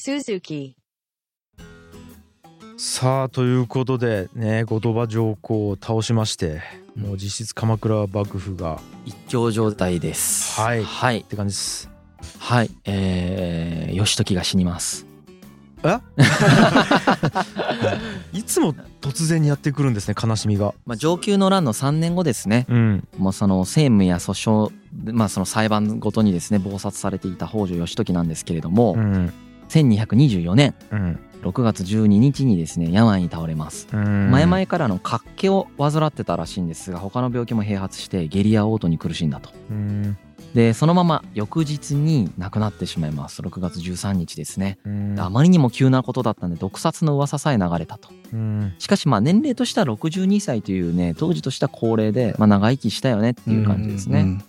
Suzuki. さあということでね後鳥羽上皇を倒しましてもう実質鎌倉幕府が一強状態です。はいはいっ。て感じです。はい。えー、義時が死にます。いつも突然にやってくるんですね悲しみが。まあ、上級の乱の3年後ですね。うんもうその政務や訴訟、まあその裁判ごとにですね、謀殺されていた北条義時なんですけれども、うん1224年うん6月12日にですね、病に倒れます。うん。前々からの活気を患ってたらしいんですが他の病気も併発して下痢や嘔吐に苦しんだとうんでそのまま翌日に亡くなってしまいます6月13日ですねうんあまりにも急なことだったんで毒殺の噂さえ流れたとうんしかしまあ年齢としては62歳というね当時としては高齢で、まあ、長生きしたよねっていう感じですね、うん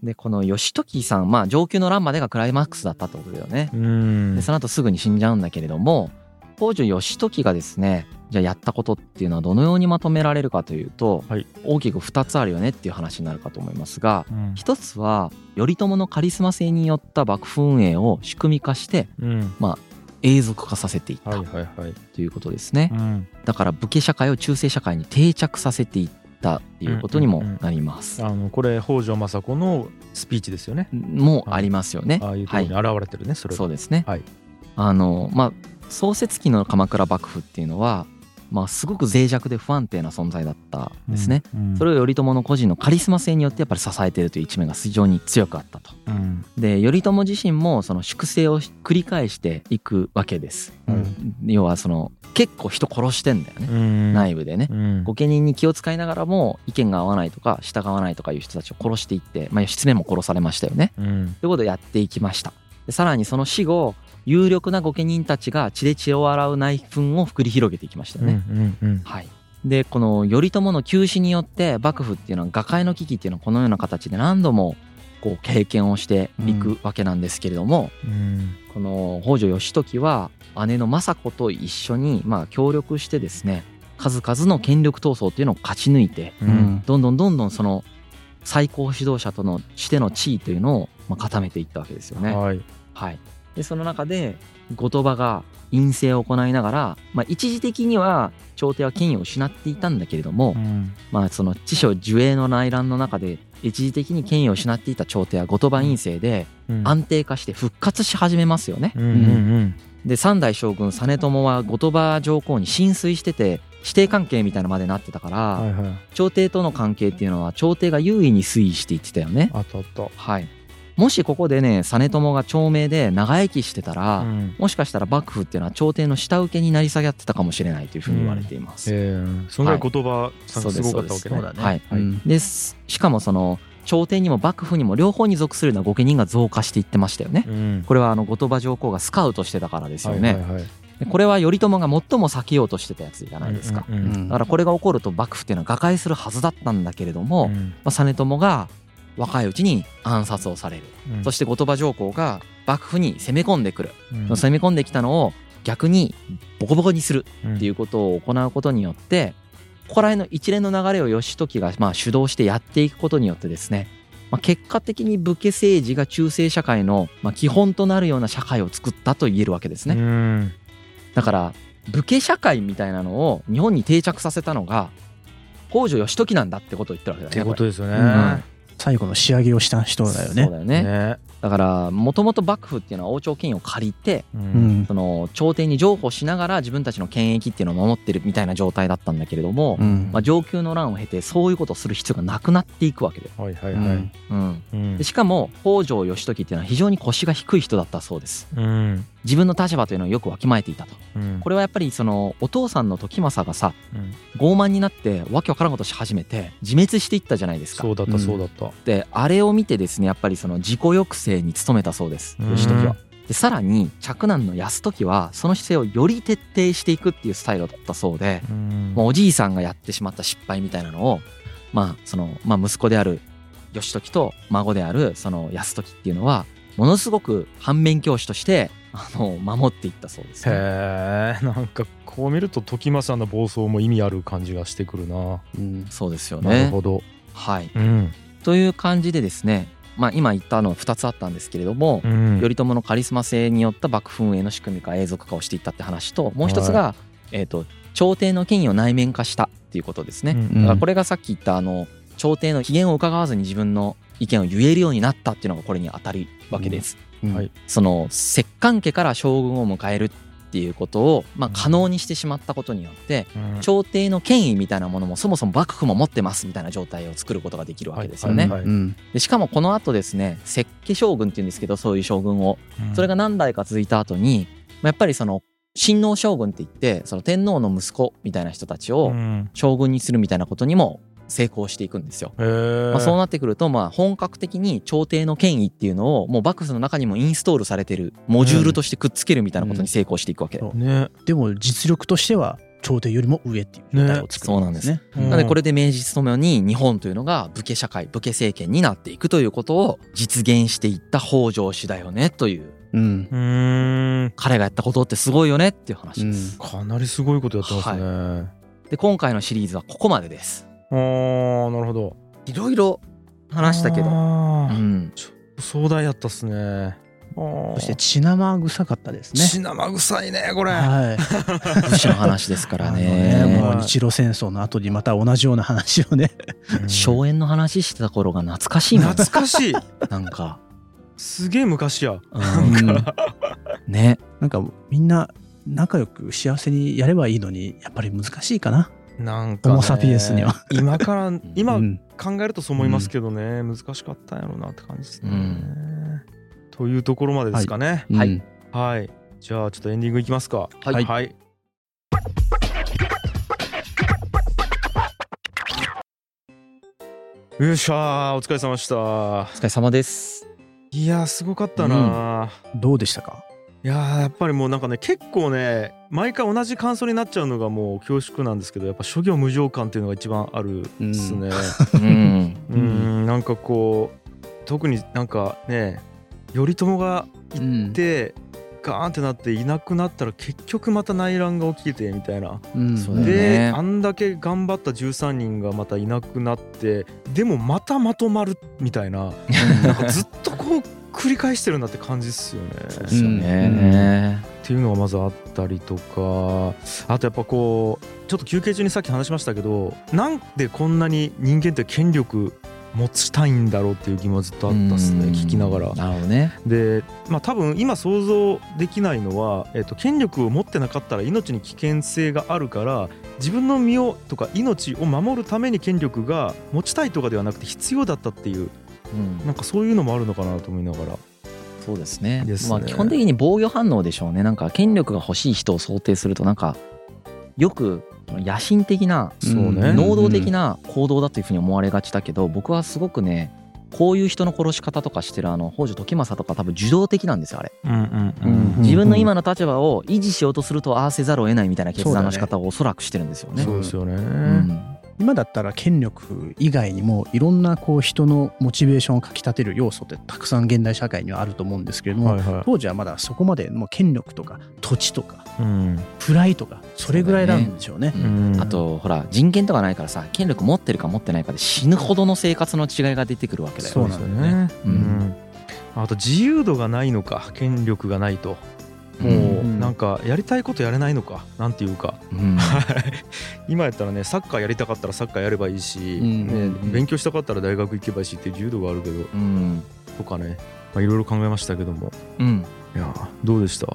でこの義時さんまあ上級の乱までがクライマックスだったってことだよねうんでその後すぐに死んじゃうんだけれども北条義時がですねじゃあやったことっていうのはどのようにまとめられるかというと、はい大きく2つあるよねっていう話になるかと思いますがうん1つは頼朝のカリスマ性によった幕府運営を仕組み化してうん永続化させていっはたいはいはい。ということですね、うんだから武家社会を中世社会に定着させていったっていうことにもなります、あのこれ北条政子のスピーチですよね。もうありますよねああいうとこはろいに現れてるね、それが。そうですね、はいあのまあ創設期の鎌倉幕府っていうのは、まあ、すごく脆弱で不安定な存在だったんですね、うん。それを頼朝の個人のカリスマ性によってやっぱり支えているという一面が非常に強くあったとうんで頼朝自身もその粛清を繰り返していくわけです、うん要はその結構人殺してんだよね、うん内部でね、うん御家人に気を使いながらも意見が合わないとか従わないとかいう人たちを殺していって、まあ、義経も殺されましたよねうんということをやっていきましたでさらにその死後有力な御家人たちが血で血を洗う内紛を繰り広げていきましたよね、うんうんはいでこの頼朝の急死によって幕府っていうのは瓦解の危機っていうのはこのような形で何度もこう経験をしていくわけなんですけれども、うんこの北条義時は姉の政子と一緒にまあ協力してですね数々の権力闘争っていうのを勝ち抜いて、うんどんどんどんどんその最高指導者とのしての地位というのをまあ固めていったわけですよね。はい。はい、でその中で後鳥羽が陰性を行いながら、まあ、一時的には朝廷は権威を失っていたんだけれども、うんまあ、その知所受営の内乱の中で一時的に権威を失っていた朝廷は後鳥羽陰性でうん安定化して復活し始めますよね。うんうんで三代将軍実朝は後鳥羽上皇に浸水してて師弟関係みたいなのまでなってたから、うん。はいはい。朝廷との関係っていうのは朝廷が優位に推移していってたよね。あったあった。はい、もしここでね実朝が長命で長生きしてたら、うんもしかしたら幕府っていうのは朝廷の下請けになり下がってたかもしれないというふうに言われています。えーそのぐらい言葉さんがそうですすごかっそうでたわすけね。だねはいうんですしかもその朝廷にも幕府にも両方に属するような御家人が増加していってましたよね。うんこれはあの後鳥羽上皇がスカウトしてたからですよね。はいはいはいでこれは頼朝が最も避けようとしてたやつじゃないですか。うんううんんだからこれが起こると幕府っていうのは瓦解するはずだったんだけれども、うまんあ、実朝が若いうちに暗殺をされる、うんそして後鳥羽上皇が幕府に攻め込んでくる、うん攻め込んできたのを逆にボコボコにするっていううことを行うことによってここら辺の一連の流れを義時がまあ主導してやっていくことによってですね、まあ、結果的に武家政治が中世社会のまあ基本となるような社会を作ったと言えるわけですね。んだから武家社会みたいなのを日本に定着させたのが北条義時なんだってことを言ってるわけっだてよね。ことですようんね。最後の仕上げをした人これだよねそうだよね。ね。だからもともと幕府っていうのは王朝権威を借りてううんんその朝廷に譲歩しながら自分たちの権益っていうのを守ってるみたいな状態だったんだけれども、うんまあ、上級の乱を経てそういうことをする必要がなくなっていくわけで,、はいはいうはいん。うん、うんでしかも北条義時っていうのは非常に腰が低い人だったそうですうん自分の立場というのをよくわきまえていたとうんこれはやっぱりそのお父さんの時政がさうん傲慢になってわけわからんことし始めて自滅していったじゃないですかそうだったそうだった。であれを見てですねやっぱりその自己抑制に努めたそうです義時は。でさらに嫡男の泰時はその姿勢をより徹底していくっていうスタイルだったそうで、うんまあ、おじいさんがやってしまった失敗みたいなのを、まあそのまあ、息子である義時と孫であるその泰時っていうのはものすごく反面教師としてあの守っていったそうです、ね。へえんかこう見ると時政の暴走も意味ある感じがしてくるな。うんそうですよなるねほど。はい、うんという感じでですねまあ、今言ったの2つあったんですけれども、うん頼朝のカリスマ性によった幕府運営の仕組み化永続化をしていったって話ともう一つが、えー、と朝廷の権威を内面化したっていうことですね。うんだからこれがさっき言ったあの朝廷の機嫌を伺わずに自分の意見を言えるようになったっていうのがこれに当たるわけです。うんはいその摂関家から将軍を迎えるっていうことを、まあ、可能にしてしまったことによってうん朝廷の権威みたいなものもそもそも幕府も持ってますみたいな状態を作ることができるわけですよね。はいうんでしかもこの後ですね石家将軍っていうんですけどそういう将軍をそれが何代か続いた後に、まあやっぱりその親王将軍って言ってその天皇の息子みたいな人たちうをん将軍にするみたいなことにも成功していくんですよ。へえまあ、そうなってくるとまあ本格的に朝廷の権威っていうのをもう幕府の中にもインストールされてるモジュールとしてくっつけるみたいなことに成功していくわけ。ねでも実力としては朝廷よりも上っていう状態を作そうるなんんでですすね。うんなのでこれで明治ともに日本というのが武家社会武家政権になっていくということを実現していった北条氏だよねといううんうーん彼がやったことってすごいよねっていう話です。かなりすごいことやってますねで今回のシリーズはここまでですあーなるほどいろいろ話したけど、あうーん、壮大やったっすねそそして血生臭かったですね。血生臭いねこれはい。武士の話ですかあらの ねねもう日露戦争の後にまた同じような話をね。荘園の話してた頃が懐かしいもん懐かしいなん か、すげえ昔やうんうんねなんかみんな仲良く幸せにやればいいのにやっぱり難しいかな。なんかねホモサピエンスには今から今うん考えるとそう思いますけどね難しかったんやろうなって感じですねうんというところまでですかねはいうんはいじゃあちょっとエンディングいきますかはいはいよっしゃーお疲れ様でしたお疲れ様ですいやーすごかったなー、どうでしたか。いやーやっぱりもうなんかね結構ね毎回同じ感想になっちゃうのがもう恐縮なんですけどやっぱ諸行無常感っていうのが一番あるですね。うんうんなんかこう特になんかね頼朝がういんてガーンってなっていなくなったら結局また内乱が起きてみたいな。うんそうだねであんだけ頑張った13人がまたいなくなってでもまたまとまるみたい ななんかずっとこう繰り返してるなって感じっすよね。ですよね、っていうのがまずあったりとかあとやっぱこうちょっと休憩中にさっき話しましたけどなんでこんなに人間って権力持ちたいんだろうっていう疑問はずっとあったっすねうん聞きながら。なるほどねでまあ多分今想像できないのは、えっと権力を持ってなかったら命に危険性があるから自分の身をとか命を守るために権力が持ちたいとかではなくて必要だったっていううんなんかそういうのもあるのかなと思いながら。そうですねですねまあ基本的に防御反応でしょうねなんか権力が欲しい人を想定するとなんかよく野心的なそうね能動的な行動だというふうに思われがちだけど僕はすごくねこういう人の殺し方とかしてるあの北条時政とか多分受動的なんですよあれ、うん自分の今の立場を維持しようとするとああせざるを得ないみたいな決断の仕方をおそらくしてるんですよね。そうですよね、うん今だったら権力以外にもいろんなこう人のモチベーションをかき立てる要素ってたくさん現代社会にはあると思うんですけれども、いは当時はまだそこまでもう権力とか土地とかい。うん。プライとかそれぐらいなんでしょうね。うんあとほら人権とかないからさ権力持ってるか持ってないかで死ぬほどの生活の違いが出てくるわけだよそうなんだよねううんん。あと自由度がないのか、権力がないと。うもうんなんかやりたいことやれないのか、なんていうか。うん今やったらね、サッカーやりたかったらサッカーやればいいし、う んねうん勉強したかったら大学行けばいいしっていう自由度があるけど、うんとかね、まあいろいろ考えましたけども。うんいやー、どうでした。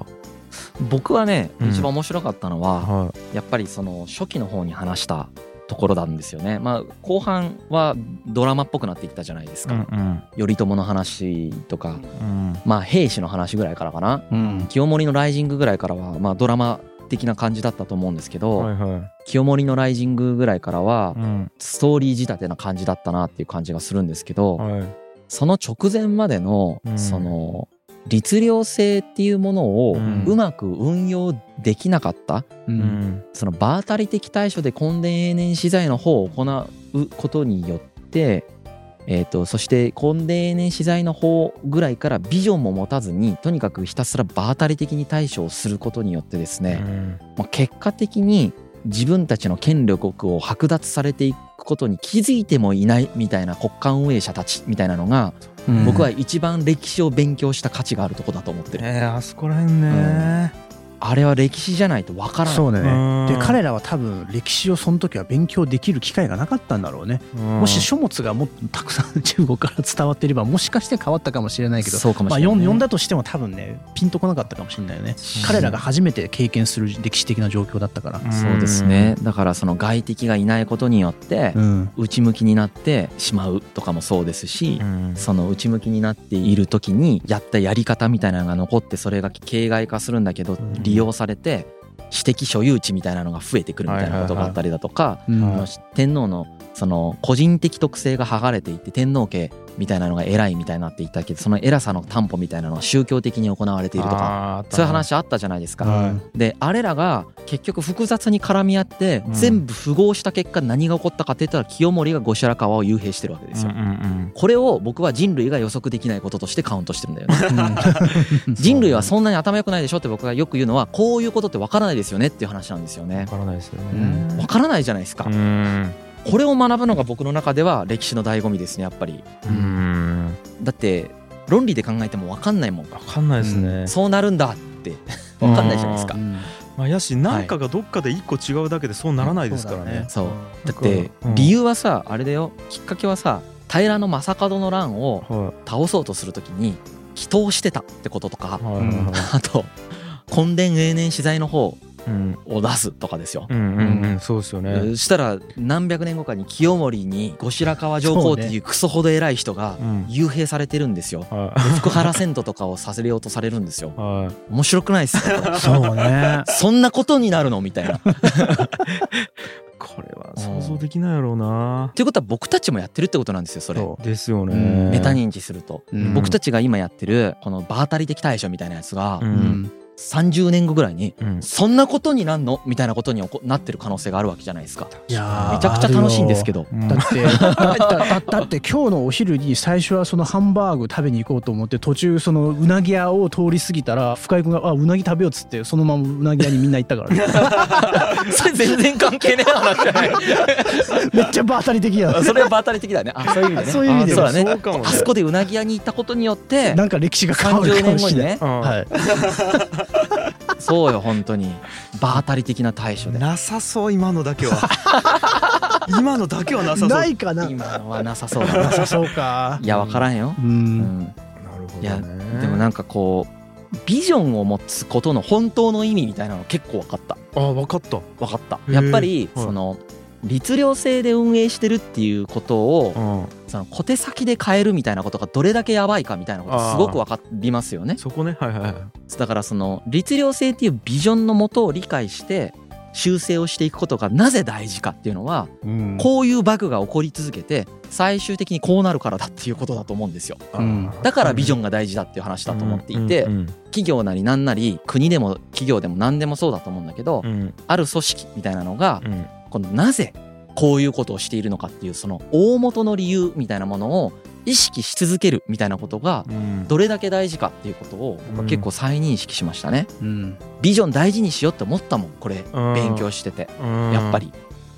僕はねうん一番面白かったのは、はい。やっぱりその初期の方に話したところなんですよね、まあ、後半はドラマっぽくなってきたじゃないですか、ん頼朝の話とか、うん。まあ、兵士の話ぐらいからかなうん清盛のライジングぐらいからは、まあ、ドラマ的な感じだったと思うんですけど、はいは。清盛のライジングぐらいからはいうん。ストーリー仕立てな感じだったなっていう感じがするんですけど、はい。その直前までのうんその律令性っていうものをうんうまく運用できなかった、うん。その場当たり的対処で墾田永年資材の方を行うことによって、えー、とそして墾田永年資材の方ぐらいからビジョンも持たずにとにかくひたすら場当たり的に対処をすることによってですね、まあ、結果的に自分たちの権力を剥奪されていくことに気づいてもいないみたいな国家運営者たちみたいなのが、僕は一番歴史を勉強した価値があるとこだと思ってる、えー、あそこら辺ね、あれは歴史じゃないとわからないそうだうんねで彼らは多分歴史をその時は勉強できる機会がなかったんだろうね、もし書物がもっとたくさん中国から伝わっていればもしかして変わったかもしれないけどそうかもまあ、しれない、読ん読んだとしても多分ねピンとこなかったかもしれないよね彼らが初めて経験する歴史的な状況だったから、んそうですねだからその外敵がいないことによってうん、内向きになってしまうとかもそうですし、うんその内向きになっている時にやったやり方みたいなのが残ってそれが形骸化するんだけどん利用されて私的所有地みたいなのが増えてくるみたいなことがあったりだとかうんあの天皇のその個人的特性が剥がれていって天皇家みたいなのが偉いみたいになっていったけどその偉さの担保みたいなのは宗教的に行われているとかあーあったそうないう話あったじゃないですか。はであれらが結局複雑に絡み合ってうん全部符合した結果何が起こったかって言ったら清盛が五白川を幽閉してるわけですよ。うんうんこれを僕は人類が予測できないこととしてカウントしてるんだよね。 うん人類はそんなに頭良くないでしょって僕がよく言うのはこういうことってわからないですよねっていう話なんですようん、ねわ。からないですようわね。からないじゃないですかう。んこれを学ぶのが僕の中では歴史の醍醐味ですねやっぱり。うん、だって論理で考えてもわかんないもん。わかんないですね。そうなるんだってわかんないじゃないですかう。んまあ、やし、なんかがどっかで一個違うだけで、そうならないですからね。そうだっなんてかうん理由はさあれだよきっかけはさ平将門の乱をは倒そうとするときに祈祷してたってこととかい、はい、はあと墾田永年私財の方い、うん、を出すとかですよう。ん、うん、うん、そうですよね。したら何百年後かに清盛に後白河上皇っていうクソほど偉い人がうん、幽閉されてるんですよ。は福原遷都とかをさせようとされるんですよい、。は 面白くないっすかこれそうねそんなことになるのみたいな。っい、これは想像できないやろうな。ていうことは僕たちもやってるってことなんですよそれ。そですよね。うんメタ認知すると、うん僕たちが今やってるこの場当たり的対処みたいなやつがう、うんん30年後ぐらいにうん、そんなことになんのみたいなことに起こなってる可能性があるわけじゃないですかいやーめちゃくちゃ楽しいんですけどうんだってだだだって今日のお昼に最初はそのハンバーグ食べに行こうと思って途中そのうなぎ屋を通り過ぎたら深井君が「あうなぎ食べよう」っつってそのままうなぎ屋にみんな行った からね それ全然関係ねえ話じゃないめっちゃ場当たり的やそれは場当たり的だねあそういう意味でねそういう意味であはそうだねそうかもねあそこでうなぎ屋に行ったことによってなんか歴史が変わる30か年も後しにれないねうんはい、そうよ本当に場当たり的な対処でなさそう今のだけは 今のだけはなさそうないかな今はなさそうだなさそうかいやわからんよう、うんん、なるほいやでねもなんかこうビジョンを持つことの本当の意味みたいなの結構分かったあ分かった分かったへーやっぱりはいその律令制で運営してるっていうことをうんその小手先で変えるみたいなことがどれだけやばいかみたいなことすごく分かりますよねそこねはいはいはいだからその律令制っていうビジョンのもとを理解して修正をしていくことがなぜ大事かっていうのはうんこういうバグが起こり続けて最終的にこうなるからだっていうことだと思うんですようんだからビジョンンが大事だっていう話だと思っていて企業なりなんなり国でも企業でも何でもそうだと思うんだけど、ある組織みたいなのが、このなぜこういうことをしているのかっていうその大元の理由みたいなものを意識し続けるみたいなことがどれだけ大事かっていうことを僕は結構再認識しましたね。うんビジョン大事にしようって思ったもんこれ勉強しててやっぱり。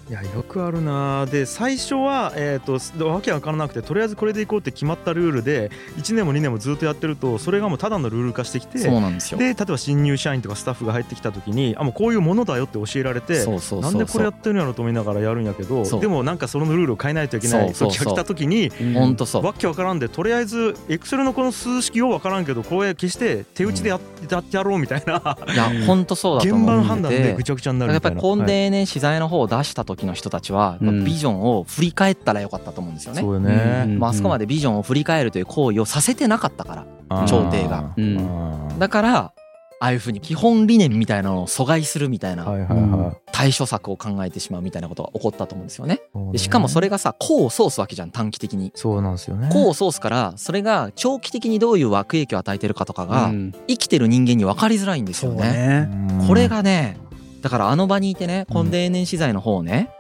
いやよくあるなで最初はえっとわけわからなくてとりあえずこれでいこうって決まったルールで1年も2年もずっとやってるとそれがもうただのルール化してきてそうなんですよ。で例えば新入社員とかスタッフが入ってきた時にあもうこういうものだよって教えられてそうそうそうそなうんでこれやってるんやろと思いながらやるんやけどそうでもなんかそのルールを変えないといけないそう時そうそうが来た時にほんとそうわけわからんでとりあえずエクセルのこの数式をわからんけどこれ消して手打ちでやってやってやろうみたいないやほんとそうだ現と場思ってての判断でぐちゃぐちゃになるだみかたらいやな。っぱり根はい底ね資材の方を出した時の人たちはうんビジョンを振り返ったらよかったと思うんですよね。そうよね、まああそこまででビジョンを振り返るという行為をさせてなかったから朝廷がうんあーだからああいうふうに基本理念みたいなのを阻害するみたいはいなはいはい対処策を考えてしまうみたいなことが起こったと思うんですよね。そうねでしかもそれがさ功を奏すわけじゃん短期的に。そうなんですよね功を奏すからそれが長期的にどういう悪影響を与えてるかとかが生きてる人間に分かりづらいんですそようね。ねこれががねだからあの場にいてねうん根底永年資材の方をね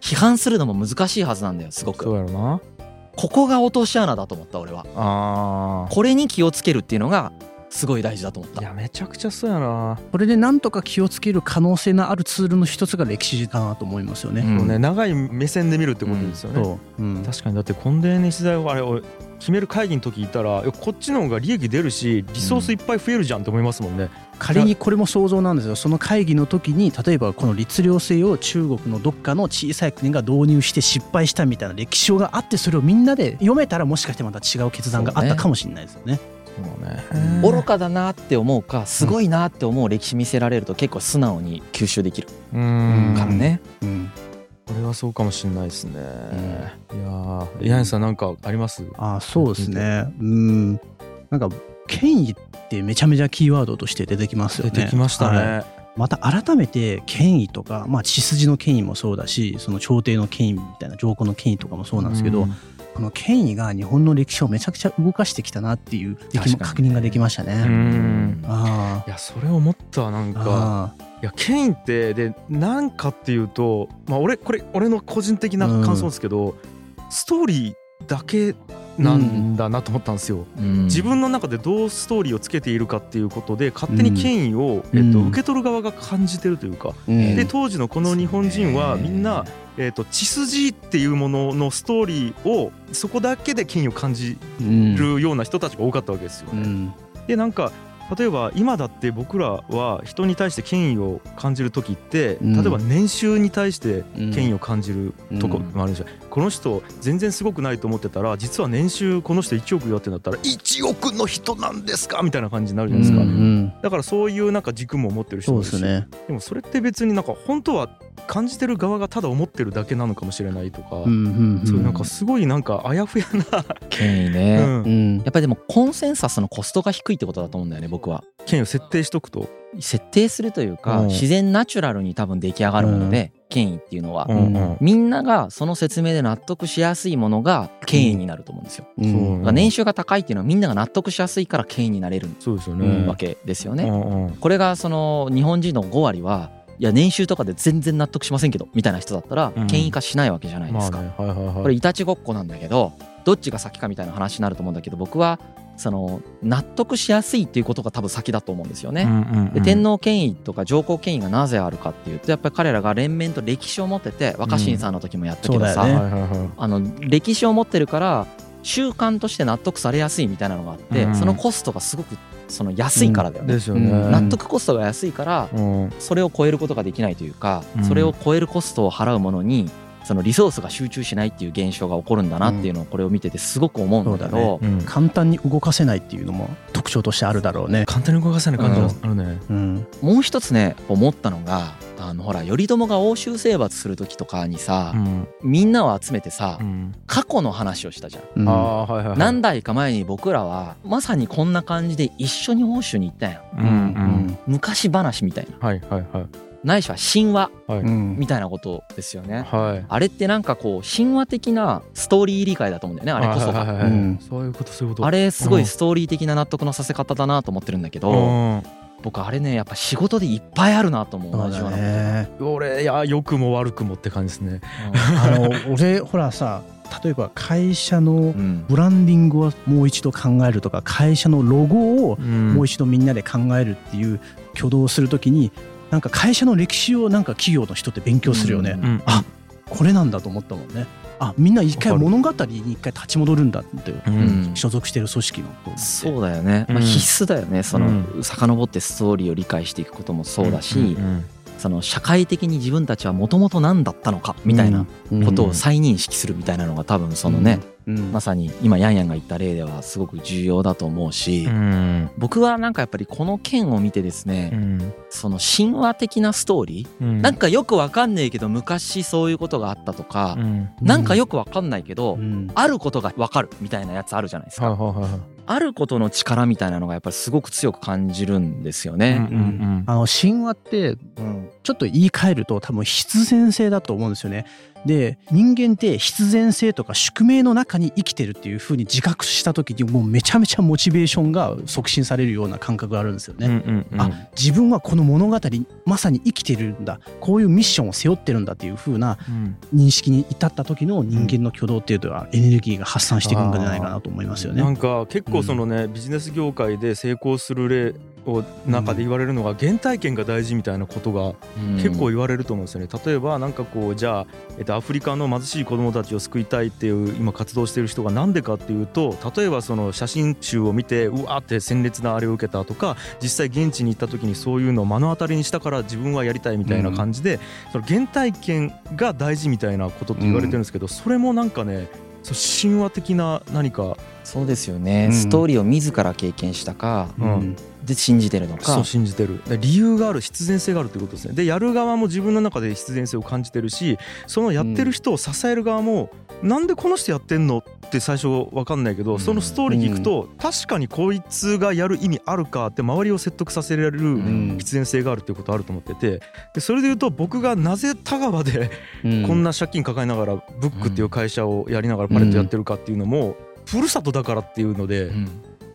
批判するのも難しいはずなんだよすごそうく。やろなここが落とし穴だと思った俺は。あこれに気をつけるっていうのがすごい大事だと思ったいやめちゃくちゃそうやな、これでなんとか気をつける可能性のあるツールの一つが歴史だなと思いますよね。もうねうん長い目線で見るってことですよね、そう、うん、確かにだってコンデネ資材をあれ俺決める会議の時いたらいやこっちの方が利益出るしリソースいっぱい増えるじゃんって思いますもんね、仮にこれも想像なんですよその会議の時に例えばこの律令制を中国のどっかの小さい国が導入して失敗したみたいな歴史があってそれをみんなで読めたらもしかしてまた違う決断があったかもしれないですよね。そうねうん愚かだなって思うかすごいなって思う歴史見せられると結構素直に吸収できるうんからね、うんこれはそうかもしれないですね、いやー柳さんなんかありますああそうですね。うんなんか権威ってめちゃめちゃキーワードとして出てきますよ出ね。てきましたね、はいまた改めて権威とか、まあ、血筋の権威もそうだしその朝廷の権威みたいな上皇の権威とかもそうなんですけど、うこの権威が日本の歴史をめちゃくちゃ動かしてきたなっていう確できもかに確認ができましたね。うんあいやそれ思ったわなんーかあーいや権威ってでなんかっていうと、まあ、俺これ俺の個人的な感想ですけど、ストーリーだけなんだなと思ったんですよ、うん自分の中でどうストーリーをつけているかっていうことで勝手に権威を、うんえっと、うん受け取る側が感じてるというか、うんで当時のこの日本人はみんな、えっと、血筋っていうもののストーリーをそこだけで権威を感じうんるような人たちが多かったわけですようね。んでなんか例えば今だって僕らは人に対して権威を感じる時って、うん例えば年収に対してうん権威を感じるとこもあるじゃん、この人全然すごくないと思ってたら実は年収この人1億やってんだったら1億の人なんですかみたいな感じになるじゃないですか、うんうんだからそういうなんか軸も持ってる人そもいうでるすしね。でもそれって別になんか本当は感じてる側がただ思ってるだけなのかもしれないとか、うんうんそうういうんなんかすごいなんかあやふや権威ね、な、ううんんやっぱりでもコンセンサスのコストが低いってことだと思うんだよね僕は権威を設定しとくと。設定するというか、うん自然ナチュラルに多分出来上がるもので、権威っていうのは、んみんながその説明で納得しやすいものが権威になると思うんですよ、うんそうだから年収が高いっていうのはみんなが納得しやすいから権威になれるそうですようねんわけですよね、うんうんこれがその日本人の5割はいや年収とかで全然納得しませんけどみたいな人だったらうん権威化しないわけじゃないでますあか、ね、はいはいはい。これいたちごっこなんだけどどっちが先かみたいな話になると思うんだけど僕はその納得しやすいっていうことが多分先だと思うんですよね。で天皇権威とか上皇権威がなぜあるかっていうとやっぱり彼らが連綿と歴史を持ってて若新さんの時もやったけどうんさ、そうだよねはいはいはいあの歴史を持ってるから習慣として納得されやすいみたいなのがあって、うんそのコストがすごくその安いからだよね。ですよね。うん納得コストが安いからうんそれを超えることができないというか、うんそれを超えるコストを払うものにそのリソースが集中しないっていう現象が起こるんだなっていうのをこれを見ててすごく思うんだけど、うん簡単に動かせないっていうのも特徴としてあるだろうね。簡単に動かせない感じがあるね。うんもう一つね思ったのがあのほら頼朝が欧州征伐する時とかにさ、んみんなを集めてさ、うん過去の話をしたじゃん。うんああはいはいはい。何代か前に僕らはまさにこんな感じで一緒に欧州に行ったやんうんうん昔話みたいなはいはいはいないしは神話はいうんみたいなことですよねはい。あれってなんかこう神話的なストーリー理解だと思うんだよねあれこそはいはいが。はいはいうんそういうことそういうこと。あれすごういんストーリー的な納得のさせ方だなと思ってるんだけうど僕あれねやっぱ仕事でいっぱいあるなと思うそ同うじだようなことね。ん。俺いや良くも悪くもって感じですね。あの俺ほらさ例えば会社のうんうんブランディングをもう一度考えるとか会社のロゴをももう一度みんなで考えるっていう挙動をするときになんか会社の歴史をなんか企業の人って勉強するよね、うんうんあこれなんだと思ったもんねあみんな一回わかる物語に一回立ち戻るんだってううんん所属してる組織のそうだよね、まあ、うん必須だよねそうの遡ってストーリーを理解していくこともそうだし、んその社会的に自分たちはもともと何だったのかみたいなことを再認識するみたいなのが多分そのね、、うんうんまさに今ヤンヤンが言った例ではすごく重要だと思うし、うん僕はなんかやっぱりこの件を見てですね、うんその神話的なストーリー、うんなんかよくわかんねえけど昔そういうことがあったとかう、んなんかよくわかんないけど、うんあることがわかるみたいなやつあるじゃないですはいか、はいはいはいあることの力みたいなのがやっぱりすごく強く感じるんですよね。うんあの神話ってちょっと言い換えると多分必然性だと思うんですよね。で人間って必然性とか宿命の中に生きてるっていう風に自覚した時にもうめちゃめちゃモチベーションが促進されるような感覚があるんですよね。うんうんうんあ自分はこの物語にまさに生きてるんだこういうミッションを背負ってるんだっていう風なうん認識に至った時の人間の挙動っていうのはエネルギーが発散していくんじゃないかなと思いますよね。なんか結構そのね、ビジネス業界で成功する例を中で言われるのが原体験が大事みたいなことが結構言われると思うんですよね。例えばなんかこうじゃあ、えっと、アフリカの貧しい子どもたちを救いたいっていう今活動してる人がなんでかっていうと例えばその写真集を見てうわーって鮮烈なあれを受けたとか実際現地に行った時にそういうのを目の当たりにしたから自分はやりたいみたいな感じで、その原体験が大事みたいなことって言われてるんですけど、それもなんかねそう神話的な何かそうですよね、うんストーリーを自ら経験したかうんで信じてるのそかう信じてるで理由がある必然性があるということですねでやる側も自分の中で必然性を感じてるしそのやってる人を支える側も、なんでこの人やってんのって最初分かんないけど、うんそのストーリー聞くと、確かにこいつがやる意味あるかって周りを説得させられうるん必然性があるっていうことあると思っててでそれで言うと僕がなぜ田川でここんなな借金抱えながらブックっていう会社をやりながらパレットやってるかっていうのも、ふるさとだからっていうので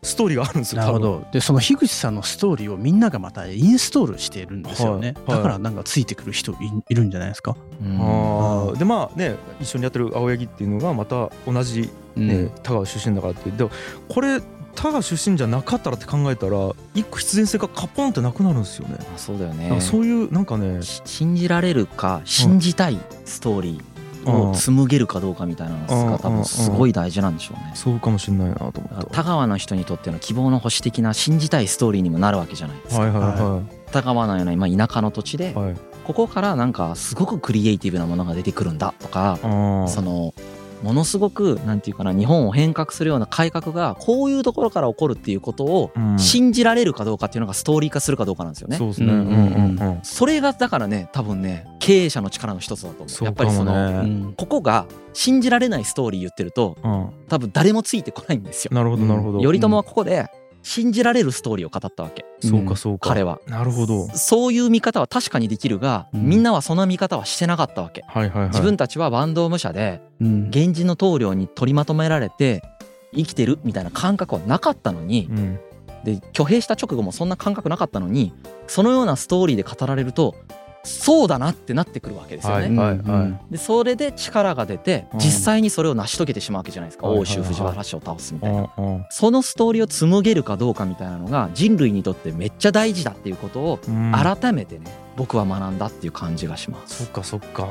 ストーリーがあるんですよなる多ほ分どでその樋口さんのストーリーをみんながまたインストールしているんですよね、はいはいだからなんかついてくる人いいるんじゃないですか、あーでまあね一緒にやってる青柳っていうのがまた同じ、ねうん田川出身だからってでもこれ田川出身じゃなかったらって考えたら一個必然性がカポンってなくなるんですよね。そうだよなんねかそういうなんかねし信じられるか信じたいストーリーを紡げるかどうかみたいなのうんが多分すごい大事なんでしょうね。そうかもしれないなと思だからった。田川の人にとっての希望の星的な信じたいストーリーにもなるわけじゃないですか。はいはいは田川のような今田舎の土地でいはい。ここからなんかすごくクリエイティブなものが出てくるんだとかああ。そのものすごくなんていうかな日本を変革するような改革がこういうところから起こるっていうことをうん信じられるかどうかっていうのがストーリー化するかどうかなんですよね。そうですね。ううんんうんうん。それがだからね多分ね経営者の力の一つだと思うそやうっぱかりもそのね。ここが信じられないストーリー言ってるとうん。多分誰もついてこないんですよなるほどなるほど。頼朝はここで信じられるストーリーを語ったわけそうかそうか。彼はなるほど。そういう見方は確かにできるがうんみんなはその見方はしてなかったわけはいはいはい。自分たちは坂東武者でうん源氏の棟梁に取りまとめられて生きてるみたいな感覚はなかったのにうん。で挙兵した直後もそんな感覚なかったのにそのようなストーリーで語られるとそうだなってなってくるわけですよね。はいはいはい。でそれで力が出てうん実際にそれを成し遂げてしまうわけじゃないですか、はいはいは欧い州藤原氏を倒すみうたいな、んうんそのストーリーを紡げるかどうかみたいなのが人類にとってめっちゃ大事だっていうことをうん。改めてね、僕は学んだっていう感じがしまそっす。かそっか。は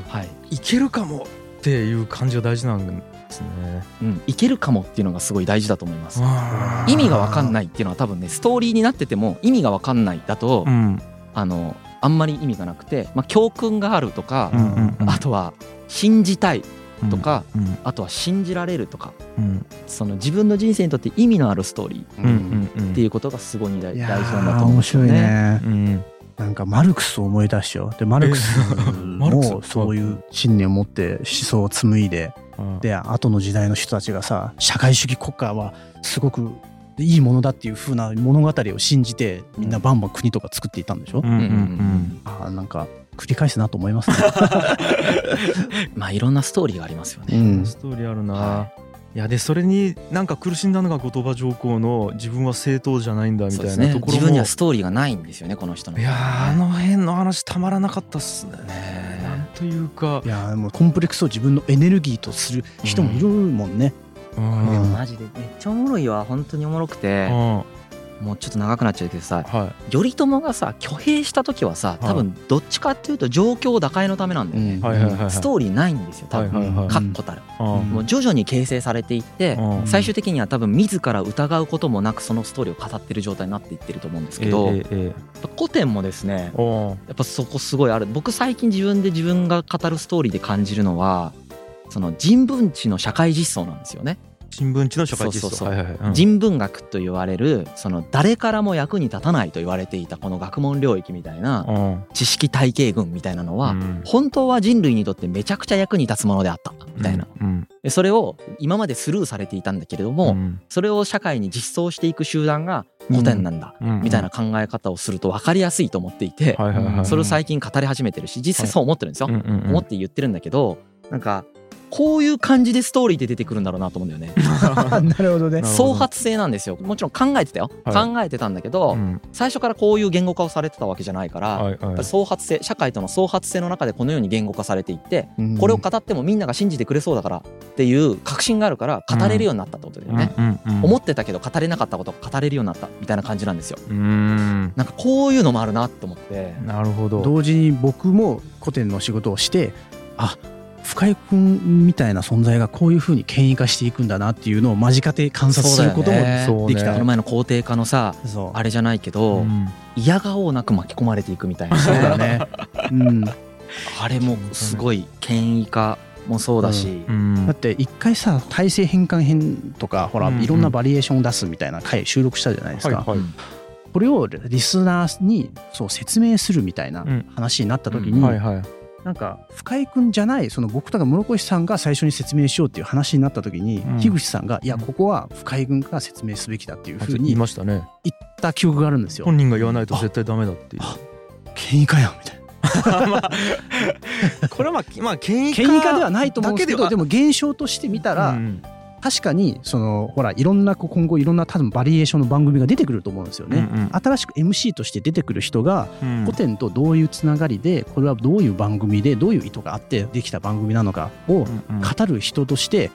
いいけるかもっていう感じが大事なんですね。うん、いけるかもっていうのがすごい大事だと思います。意意味が分かんない。ないっていうのは多分ねストーリーになってても意味が分かんないだと、うんあのあんまり意味がなくて、まあ、教訓があるとかう、んうんうんあとは信じたいとか、うんあとは信じられるとかうんその自分の人生にとって意味のあるストーリうーんうんうんっていうことがすごい大い大事やなんだーと思うん面ですよ白いね。ねうんなんかマルクスを思い出しようでマルク スマルクスもそういう信念を持って思想を紡いでで後の時代の人たちがさ社会主義国家はすごくいいものだっていう風な物語を信じてみんなバンバン国とか作っていたんでしょ、うんうんううんうんうんんあーなんか繰り返すなと思いますね。まあいろんなストーリーがありますよね。うんストーリーあるなはいやでそれになんか苦しんだのが後鳥羽上皇の自分は正当じゃないんだみそうでたいすなねところ自も分いにやはストーリーがないんですよねこの人の。ーあねの辺の話たまらなかったっすねえなんというかいやーもうコンプレックスを自分のエネルギーとする人もいるもんね。うんでもうんマジでめっちゃおもろいわ本当におもろくてはもうちょっと長くなっちゃうけどさい頼朝がさ挙兵した時はさ多分どっちかっていうと状況打開のためなんだよね。はいはいはいはいストーリーないんですよ多分、はいはいはいかっこたる、うんもう徐々に形成されていって、うん最終的には多分自ら疑うこともなくそのストーリーを語ってる状態になっていってると思うんですけど、えええええ古典もですえねおーやっぱそこすごいある僕最近自分で自分が語るストーリーで感じるのはその人文知の社会実装なんですよね、新聞地の社会実そうそ装はうそういはいはいうん人文学と言われるその誰からも役に立たないと言われていたこの学問領域みたいなうん知識体系群みたいなのは、うん本当は人類にとってめちゃくちゃ役に立つものであったみたいな、うんでそれを今までスルーされていたんだけれども、うんそれを社会に実装していく集団が古典なんだ、うんみたいな考え方をすると分かりやすいと思っていて、はいはいはいそれを最近語り始めてるし実際そう思ってるんですよ、うんうんうん思って言ってるんだけどなんかこういう感じでストーリーで出てくるんだろうなと思うんだよねなるほどねなるほど創発性なんですよもちろん考えてたよ、はい考えてたんだけ ど、うん最初からこういう言語化をされてたわけじゃないから、やっはいはぱりい創発性社会との創発性の中でこのように言語化されていってこれを語ってもみんなが信じてくれそうだからっていう確信があるから語れるようになったってことだよね、うんうんうん思ってたけど語れなかったことが語れるようになったみたいな感じなんですようーんなんかこういうのもあるなと思ってなるほど同時に僕も古典の仕事をしてあ深井君みたいな存在がこういうふうに権威化していくんだなっていうのを間近で観察することそもうだよねそうねできたこの前の肯定家のさそうあれじゃないけど、うん嫌顔なく巻き込まれていくみたいなそうだよね、うん、だあれもすごい権威化もそうだし、うんって一回さ体制変換編とかほらうんうんいろんなバリエーションを出すみたいな回収録したじゃないですか、はいはいこれをリスナーにそう説明するみたいなうん話になった時に、うんはいはいなんか深井君じゃないその僕とか室越さんが最初に説明しようっていう話になった時に、うん樋口さんが「いやうんここは深井君が説明すべきだ」っていうあふう言いに言っましたねた記憶があるんですよ。本人が言わないと絶対ダメだっていうあ権威かよみたいな。これはまあまあ権威権威化ではないと思うんですけどだではも現象として見たら、うん確かにそのほらいろんなこう今後いろんな多分バリエーションの番組が出てくると思うんですよね。うんうん新しく MC として出てくる人がうん古典とどういうつながりでこれはどういう番組でどういう意図があってできた番組なのかをうんうん語る人として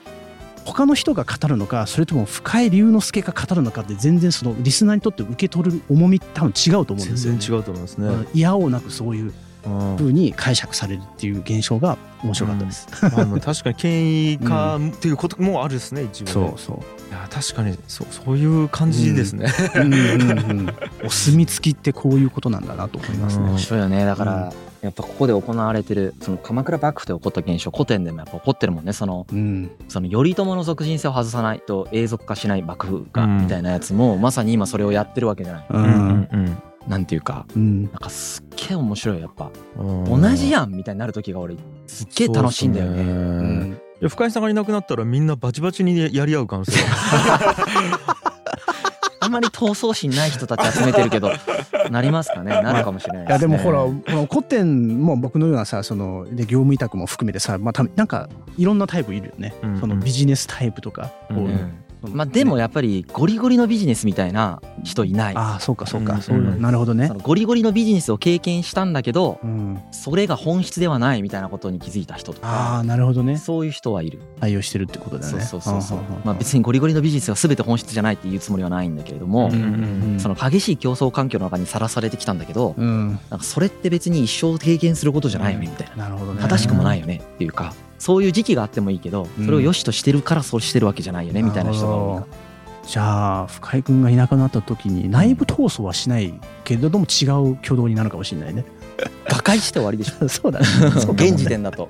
他の人が語るのかそれとも深井龍之介が語るのかって全然そのリスナーにとって受け取る重み多分違うと思うん全ですよ然ね。違うと思いますねうんいやおうなくそういううん風に解釈されるっていう現象が面白かったです。まあまあ確かに権威 化っていうこともあるですね一応ねそうそう。いや確かにそうそういう感じですねうんうん うん、お墨付きってこういうことなんだなと思いますね。面白いよねだから、やっぱここで行われてるその鎌倉幕府で起こった現象古典でもやっぱ起こってるもんねそのうん、その頼朝の俗人性を外さないと永続化しない幕府がうんみたいなやつも、まさに今それをやってるわけじゃない、う、うんんなんていうかうん、なんかすっげえ面白いよやっぱ、うん同じやんみたいになる時が俺すっげえ楽しいんだよねそうっすうねん、いや深井さんがいなくなったらみんなバチバチにやり合う可能性があんまり闘争心ない人たち集めてるけどなりますかねなるかもしれないいやでもほらうんまあ古典も僕のようなさそので業務委託も含めてさ、まあ、多分なんかいろんなタイプいるよね、うんうんそのビジネスタイプとか、こううんそのまあでもねやっぱりゴリゴリのビジネスみたいな人いないああそうかそうか、うんそういううんなるほどねその、ゴリゴリのビジネスを経験したんだけどうん、それが本質ではないみたいなことに気づいた人とあかあなるほどねそういう人はいる対応してるってことだよそうねそうそうそうあーはーはーまあ別にゴリゴリのビジネスが全て本質じゃないっていうつもりはないんだけれどもうんその激しい競争環境の中にさらされてきたんだけどうんなんかそれって別に一生経験することじゃないよねみたいななるほどね正しくもないよねっていうかそういう時期があってもいいけどうんそれを良しとしてるからそうしてるわけじゃないよねみたいな人が多いななるほじゃあ深井君がいなくなった時に内部闘争はしないけれども違う挙動になるかもしれないね 瓦解して終わりでしょそ うだねそうかもね現時点だと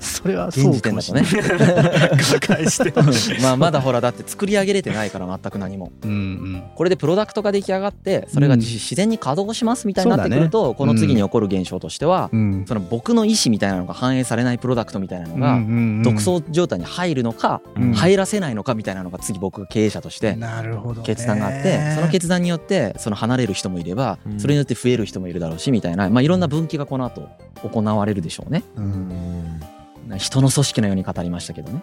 それは現そう時か点もだしとれないね 瓦解して まあまだほらだって作り上げれてないから全く何もうんうんこれでプロダクトが出来上がってそれが自自然に稼働しますみたいになってくると、この次に起こる現象としては、うんその僕の意思みたいなのが反映されないプロダクトみたいなのが、独走状態に入るのか、うん入らせないのかみたいなのが次僕が経営者としてなるほどね決断があって、その決断によってその離れる人もいれば、うんそれによって増える人もいるだろうしみたいな、まあ、いろんな分岐がこの後行われるでしょうねうん人の組織のように語りました けどね、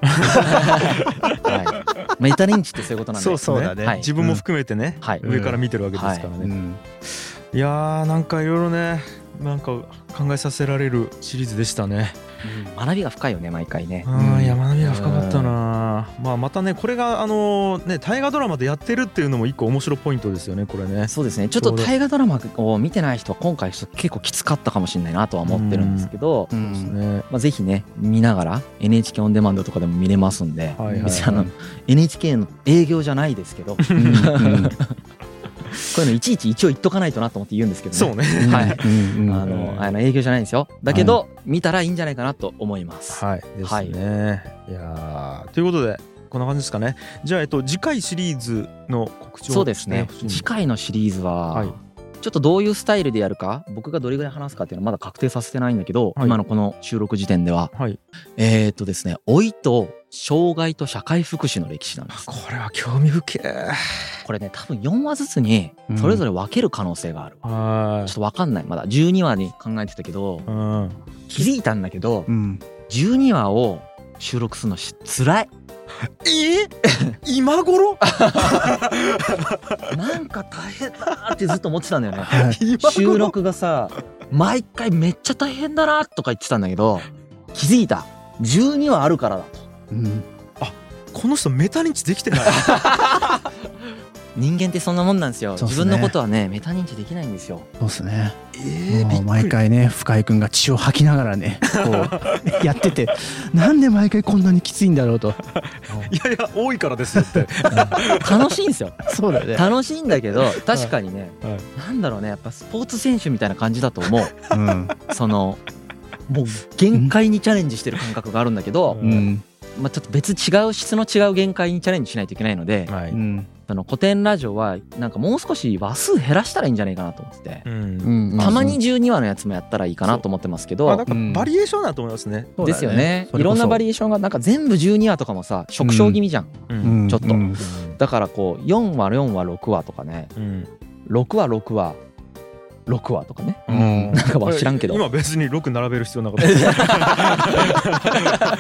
はい、メタ認知ってそういうことなんでそうそうそうだねはい自分も含めてねはい、上から見てるわけですからうねんいやーなんかいろいろねなんか考えさせられるシリーズでしたね学びが深いよね毎回ね、あうあんいや学びが深かったなまあまたねこれがあのね大河ドラマでやってるっていうのも一個面白いポイントですよねこれねそうですねちょっと大河ドラマを見てない人は今回ちょっと結構きつかったかもしれないなとは思ってるんですけど、うですんねまあ、ぜひね見ながら NHK オンデマンドとかでも見れますんで、はいはいはい別にあの NHK の営業じゃないです けどこういうのいちいち一応言っとかないとなと思って言うんですけどねそうねはいうんあのあの営業じゃないんですよだけど、見たらいいんじゃないかなと思います。はいですね、い、やーということでこんな感じですかねじゃあ、えっと、次回シリーズの告知をそうですねしてほしいん次回のシリーズは、はいちょっとどういうスタイルでやるか僕がどれぐらい話すかっていうのはまだ確定させてないんだけど、はい今のこの収録時点でははいえー、っとですね老いと障害と社会福祉の歴史なんですこれは興味深いこれね多分4話ずつにそれぞれ分ける可能性がある、はちょっと分かんないまだ12話に考えてたけどいうん気づいたんだけどうん12話を収録するのし辛いえー、今頃なんか大変だなってずっと思ってたんだよ ねはい今頃収録がさ毎回めっちゃ大変だなとか言ってたんだけど気づいた12話あるからだとうんこの人メタ認知できて ない人間ってそんなもんなんですよそうっ自すね分のことはねメタ認知できないんですよそうですね。えー、びもっうく毎り回ね深井君が血を吐きながらねこうやっててなんで毎回こんなにきついんだろうといやいや多いからですよって、楽しいんですよそうだよ ね。楽しいんだけど確かにね、はいなんだろうねやっぱスポーツ選手みたいな感じだと思 ううんそのもう限界にチャレンジしてる感覚があるんだけど、ううんまあ、ちょっと別違う質の違う限界にチャレンジしないといけないので、 はういんその古典ラジオはなんかもう少し話数減らしたらいいんじゃないかなと思っててう、うんんたまに12話のやつもやったらいいかなと思ってますけど、まあ、なんかバリエーションだと思いますね、そうでだすよねいろんなバリエーションがなんか全部12話とかもさ縮小気味じゃん、うそれこそうんちょっとうんだからこう4話4話6話とかねうん6話6話6話とかねううんんなんかは知らんけど今別に6並べる必要なか った。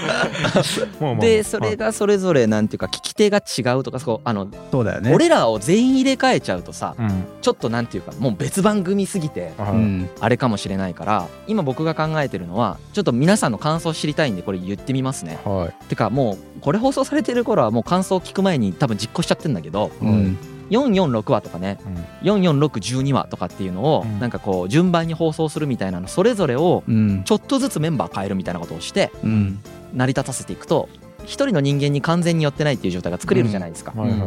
まあまあでそれ、がそれぞれなんていうか聞き手が違うとかそうあの、そうだよね。俺らを全員入れ替えちゃうとさはいうんちょっとなんていうかもう別番組すぎてうはいんあれかもしれないから今僕が考えてるのはちょっと皆さんの感想知りたいんでこれ言ってみますね。はいてかもうこれ放送されてる頃はもう感想聞く前に多分実行しちゃってんだけどうん446話とかねうん44612話とかっていうのをうんなんかこう順番に放送するみたいなのそれぞれをうんちょっとずつメンバー変えるみたいなことをしてうん成り立たせていくと一人の人間に完全に寄ってないっていう状態が作れるじゃないですか、はいはい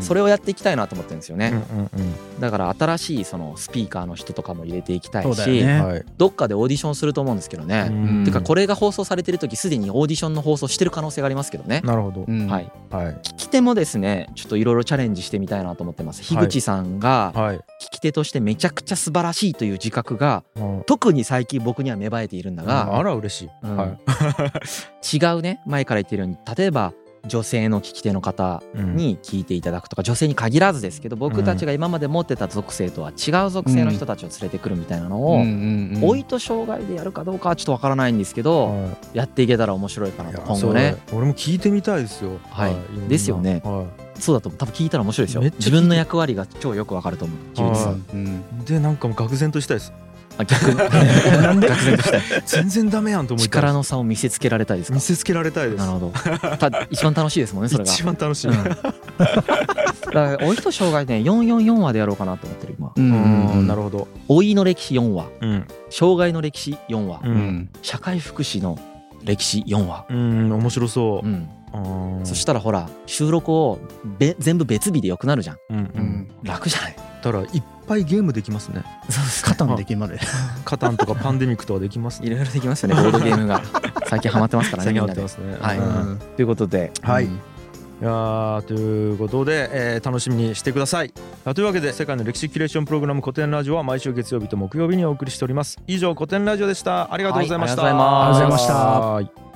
それをやっていきたいなと思ってるんですようんね、うんだから新しいそのスピーカーの人とかも入れていきたそいうだし、ようねんはいどっかでオーディションすると思うんですけどね、うんてかこれが放送されてる時すでにオーディションの放送してる可能性がありますけどね、なるほどうんはいはい聞き手もですねちょっといろいろチャレンジしてみたいなと思ってます樋口さんがはい聞き手としてめちゃくちゃ素晴らしいという自覚がうん特に最近僕には芽生えているんだが、あら嬉しいうんは違うね前から言ってるように例えば女性の聞き手の方いうんに聞いていただくとか女性に限らずですけど僕たちが今まで持ってた属性とは違う属性の人たちを連れてくるみたいなのうんうをんうん老いと障害でやるかどうかはちょっとわからないんですけどはやっていけたら面白いかないといや今そ後うだねね俺も聞いてみたいですよはいろんなですよねはそうだと多分聞いたら面白いですよめっちゃ聞いて自分の役割が超よくわかると思うキ樋ム口チささんんうんいでなんかもう愕然としたいですあ逆になん で愕然としたい全然ダメやんと思って力の差を見せつけられたいですか見せつけられたいですなるほどた一番楽しいですもんねそれが一番楽しいうんだから老いと障害ね444話でやろうかなと思ってる今ううんなるほほど老いの歴史4話うん障害の歴史4話、ううんん社会福祉の歴史4話、うん面白そううんうんそしたらほら収録をべ全部別日でよくなるじゃんうんうん楽じゃないたらいっぱいゲームできますねそうです肩の出来までカタン とかパンデミックとかできますいろいろでき ますよねボードゲームが最近ハマってますからね最み近やんなっでてますね。はいうんということではい。いうんやーということで、えー楽しみにしてください。あというわけで世界の歴史キュレーションプログラム古典ラジオは毎週月曜日と木曜日にお送りしております。以上古典ラジオでした。ありがとうございました。はいありがとうございますありがとうございましたはい